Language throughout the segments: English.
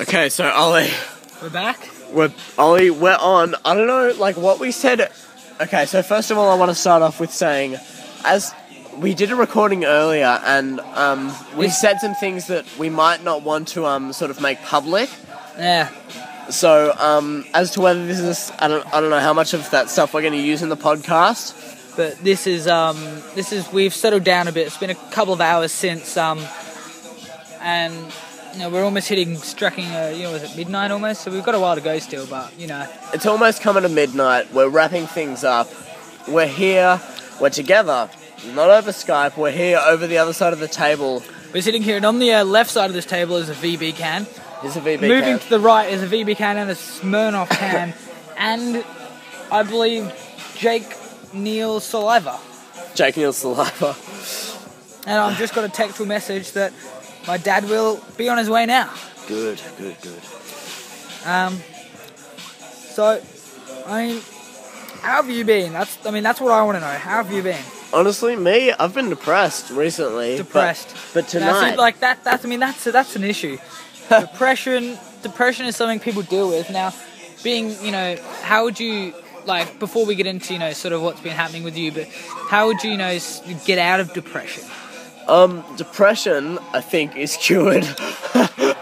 Okay, so Ollie, We're back. we're Ollie, we're on. I don't know, like what we said. Okay, so first of all, I want to start off with saying, as we did a recording earlier, and um, we said some things that we might not want to um sort of make public. Yeah. So um, as to whether this is, I don't, I don't know how much of that stuff we're going to use in the podcast. But this is um this is we've settled down a bit. It's been a couple of hours since um and you know, we're almost hitting striking uh, you know, was it midnight almost? So we've got a while to go still, but you know. It's almost coming to midnight. We're wrapping things up. We're here. We're together. Not over Skype. We're here over the other side of the table. We're sitting here and on the uh, left side of this table is a VB can. Is a VB Moving can. to the right is a VB can and a Smirnoff can and I believe Jake Neil Saliva. Jake Neal's saliva. And I've just got a textual message that my dad will be on his way now. Good, good, good. Um, so, I mean, how have you been? That's, I mean, that's what I want to know. How have you been? Honestly, me, I've been depressed recently. but- Depressed. But, And I see, tonight, like that. That's, I mean, that's that's an issue. depression, depression is something people deal with. Now, being, you know, how would you like before we get into, you know, sort of what's been happening with you? But how would you, you know, s- get out of depression? um, depression, I think, is cured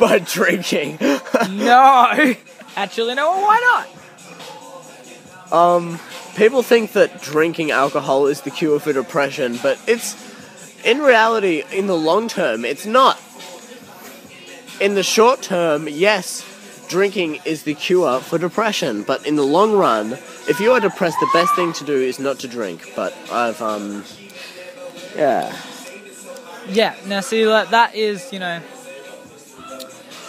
by drinking. no, actually, no. well, Why not? People think that drinking alcohol is the cure for depression, but it's in reality, in the long term, it's not. In the short term, yes, drinking is the cure for depression, but in the long run, if you are depressed, the best thing to do is not to drink. But I've um, yeah, Yeah. Now, see, like that is, you know,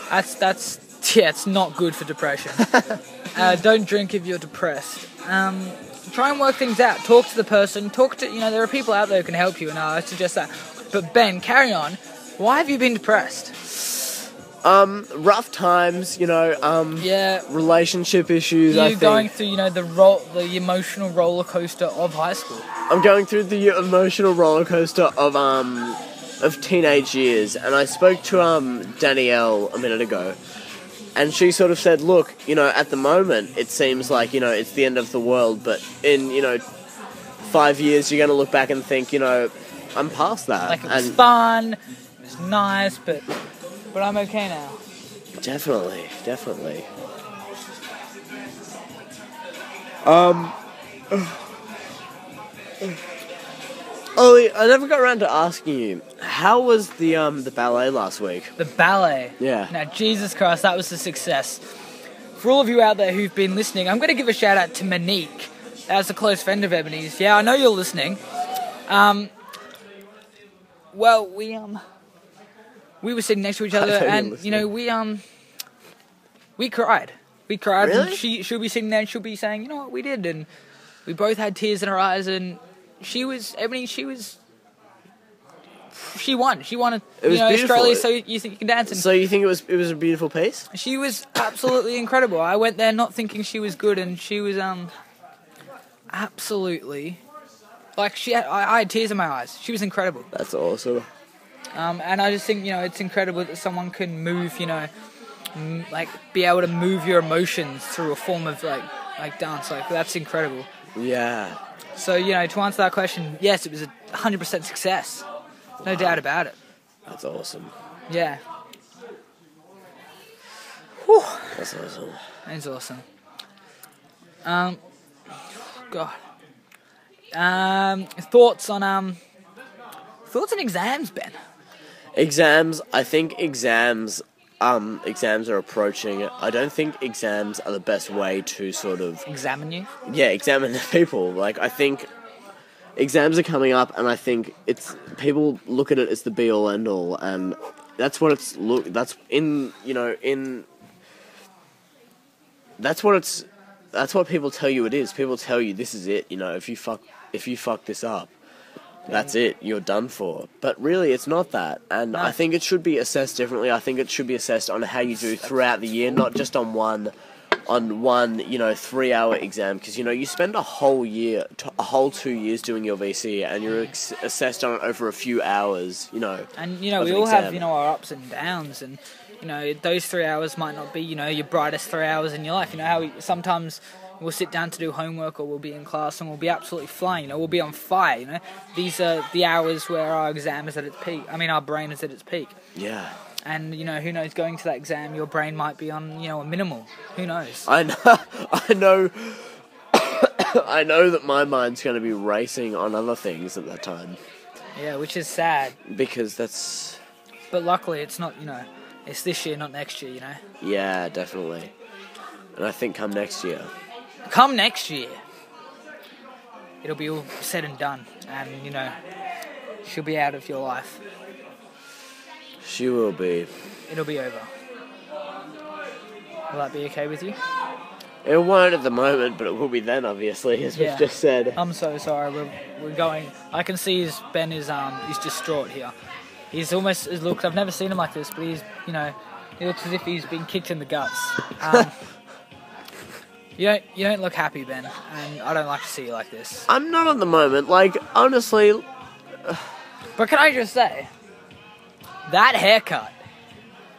that's that's yeah, it's not good for depression. uh, don't drink if you're depressed. Um, try and work things out. Talk to the person. Talk to you know there are people out there who can help you, and I suggest that. But Ben, carry on. Why have you been depressed? rough times, you know, um, Yeah. relationship issues. I You think going through, you know, the ro- the emotional roller coaster of high school. I'm going through the emotional roller coaster of um of teenage years, and I spoke to um Danielle a minute ago, and she sort of said, "Look, you know, at the moment it seems like you know it's the end of the world, but in you know five years you're going to look back and think, you know, I'm past that, Like it was and fun, it was nice, but but I'm okay now. definitely, definitely." Um. Ollie, I never got around to asking you how was the um the ballet last week. The ballet. Yeah. Now, Jesus Christ, that was a success. For all of you out there who've been listening, I'm going to give a shout out to Monique. That's a close friend of Ebony's. Yeah, I know you're listening. Um, well, we um, we were sitting next to each other, know you're and you know, listening. we um, we cried. We cried, and Really? she she'll be sitting there, and she'll be saying, you know what, we did, and we both had tears in our eyes, and she was Ebony. She was. She won. She won. A, was you know, beautiful. Australia, so you think you can dance. And So you think it was it was a beautiful piece? she was absolutely incredible. I went there not thinking she was good, and she was um absolutely like she. Had, I, I had tears in my eyes. She was incredible. That's awesome. Um, and I just think you know it's incredible that someone can move. You know, m- like be able to move your emotions through a form of like like dance. Like that's incredible. Yeah. So you know to answer that question, yes, it was a hundred percent success. No doubt about it. That's awesome. Yeah. Whew. That's awesome. That's awesome. Um, God. Um, thoughts on um, thoughts on exams, Ben? Exams, I think exams um exams are approaching. I don't think exams are the best way to sort of Examine you? yeah, examine the people. Like I think exams are coming up and I think it's people look at it as the be all end all and that's what it's look that's in you know, in that's what it's that's what people tell you it is. People tell you this is it, you know, if you fuck if you fuck this up, that's it, you're done for. But really it's not that. And I think it should be assessed differently. I think it should be assessed on how you do throughout the year, not just on one on one, you know, 3-hour exam because you know, you spend a whole year t- a whole 2 years doing your VC and you're ex- assessed on it over a few hours, you know. And you know of we an all have exam. you know our ups and downs, and you know those three hours might not be you know your brightest three hours in your life. You know how we, sometimes we'll sit down to do homework or we'll be in class and we'll be absolutely flying. You know we'll be on fire. You know these are the hours where our exam is at its peak. I mean our brain is at its peak. Yeah. And you know who knows? Going to that exam, your brain might be on you know a minimal. Who knows? I know. I know. I know that my mind's going to be racing on other things at that time Yeah, which is sad. because that's But luckily, it's not you know it's this year, not next year. You know, yeah, definitely. And I think come next year, come next year, it'll be all said and done, and you know she'll be out of your life. she will be. It'll be over. Will that be okay with you? It won't at the moment, but it will be then, obviously, as Yeah. we've just said. I'm so sorry. We're, we're going. I can see his Ben is um he's distraught here. He's almost as looked. I've never seen him like this, but he's you know he looks as if he's been kicked in the guts. Um, you don't you don't look happy, Ben, and I don't like to see you like this. I'm not at the moment. Like honestly, But can I just say that haircut,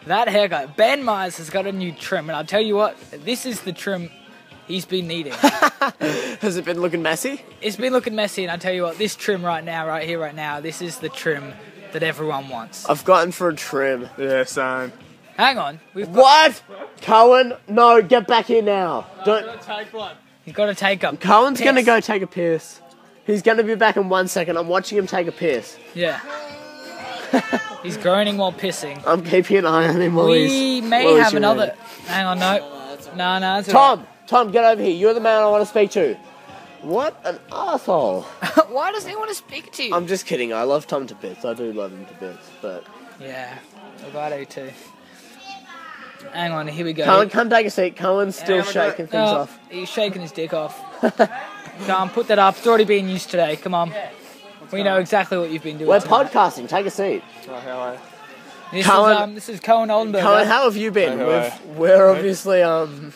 that haircut. Ben Myers has got a new trim, and I'll tell you what, this is the trim he's been needing. has it been looking messy? It's been looking messy, and I tell you what, this trim right now, right here, right now, this is the trim that everyone wants. I've gotten for a trim. Yeah, same. Hang on, we've got, What? Cohen, no, get back here now. Don't. he's got to take up. Cohen's gonna piss. go take a piss. He's gonna be back in one second. I'm watching him take a piss. Yeah. he's groaning while pissing. I'm keeping an eye on him while We he's- may while he's have another. urinating. Hang on, no, no, no. It's all Tom, Tom, get over here. You're the man I want to speak to. What an asshole. right. Why does he want to speak to you? I'm just kidding. I love Tom to bits. I do love him to bits, but yeah, righto too. Hang on, here we go. Cohen, come take a seat. Cohen's still Yeah, I'm gonna- shaking things Oh, off. He's shaking his dick off. Come on, put that up. It's already been used today. Come on. We know exactly what you've been doing. We're tonight. podcasting. Take a seat. Oh, how are you? This Cohen- is um, this is Cohen Oldenburg. Cohen, how have you been? Hi, We've, hi. we're obviously um.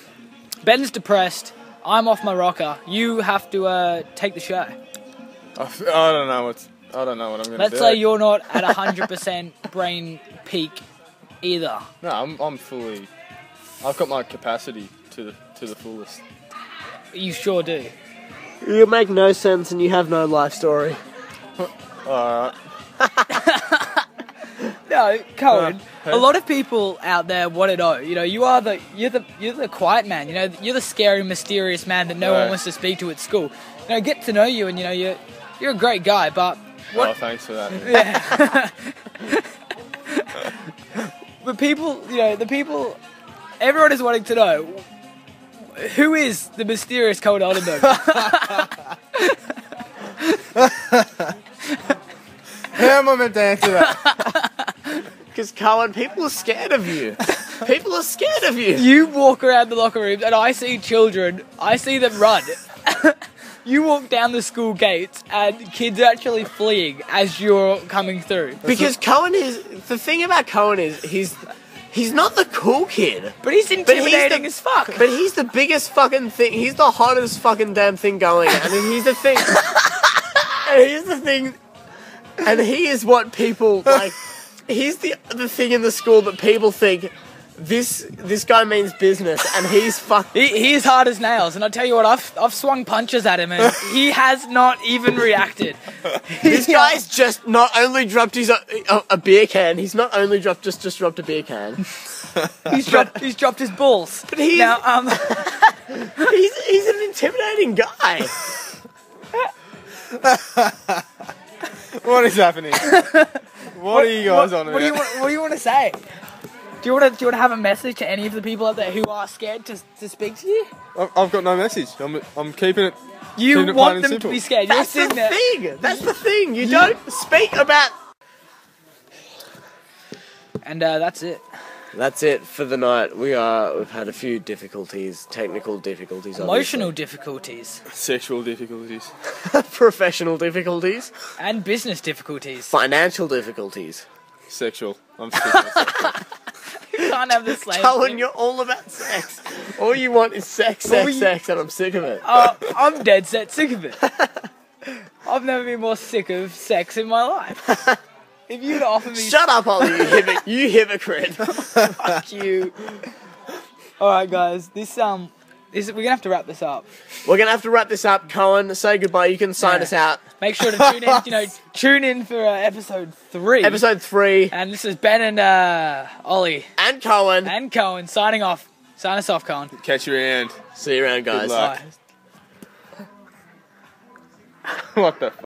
Ben's depressed. I'm off my rocker. You have to uh, take the show. I f- I don't know what's. I don't know what I'm gonna Let's do. say you're not at 100% brain peak either. No, I'm. I'm fully. I've got my capacity to the to the fullest. You sure do. You make no sense and you have no life story. All right. No, Cohen. Uh, a lot of people out there want to know. You know, you are the you're the you're the quiet man. You know, you're the scary, mysterious man that no one Right. wants to speak to at school. You know, get to know you, and you know you're you're a great guy. But Oh, thanks for that. the people, you know, the people, everyone is wanting to know who is the mysterious Cohen Oldenburg. How am I meant to answer that? Because Cohen, people are scared of you. people are scared of you. you walk around the locker rooms, and I see children. I see them run. you walk down the school gates, and kids are actually fleeing as you're coming through. Because Cohen is the thing about Cohen is he's he's not the cool kid. But he's But he's intimidating the- as fuck. But he's the biggest fucking thing. He's the hottest fucking damn thing going. I mean, he's the thing. and he's the thing. And he is what people like. He's the the thing in the school that people think this this guy means business, and he's fuck. He, he's hard as nails, and I tell you what, I've, I've swung punches at him, and he has not even reacted. This guy's just not only dropped his a, a, a beer can. He's not only dropped just just dropped a beer can. He's dropped, he's dropped his balls. But he's- now, um, He's he's an intimidating guy. What is happening? What are you guys on what do you about? want, What do you want to say? Do you want to do you want to have a message to any of the people out there who are scared to, to speak to you? I've- I've got no message. I'm. I'm keeping it. You Keeping it plain want and them to simple. be scared. You're That's the sitting there. thing. That's the thing. You, don't speak about. And uh, that's it. That's it for the night. We are. We've had a few difficulties, technical difficulties, Emotional difficulties Sexual difficulties. obviously. professional difficulties, and business difficulties. financial difficulties. Sexual. I'm. sexual. You can't have the same. Colin, you're all about sex. All you want is sex, sex, We- sex, and I'm sick of it. Uh, I'm dead set sick of it. I've never been more sick of sex in my life. If you'd offer me Shut up, Ollie, you, hypoc- you hypocrite. fuck you. All right, guys. This um, this, we're gonna have to wrap this up. We're going to have to wrap this up. Cohen, say goodbye. You can sign Yeah. us out. Make sure to tune in. You know, tune in for uh, episode three. Episode 3. And this is Ben and uh, Ollie And Cohen. and Cohen signing off. Sign us off, Cohen. Catch your hand. See you around, guys. luck. Bye. what the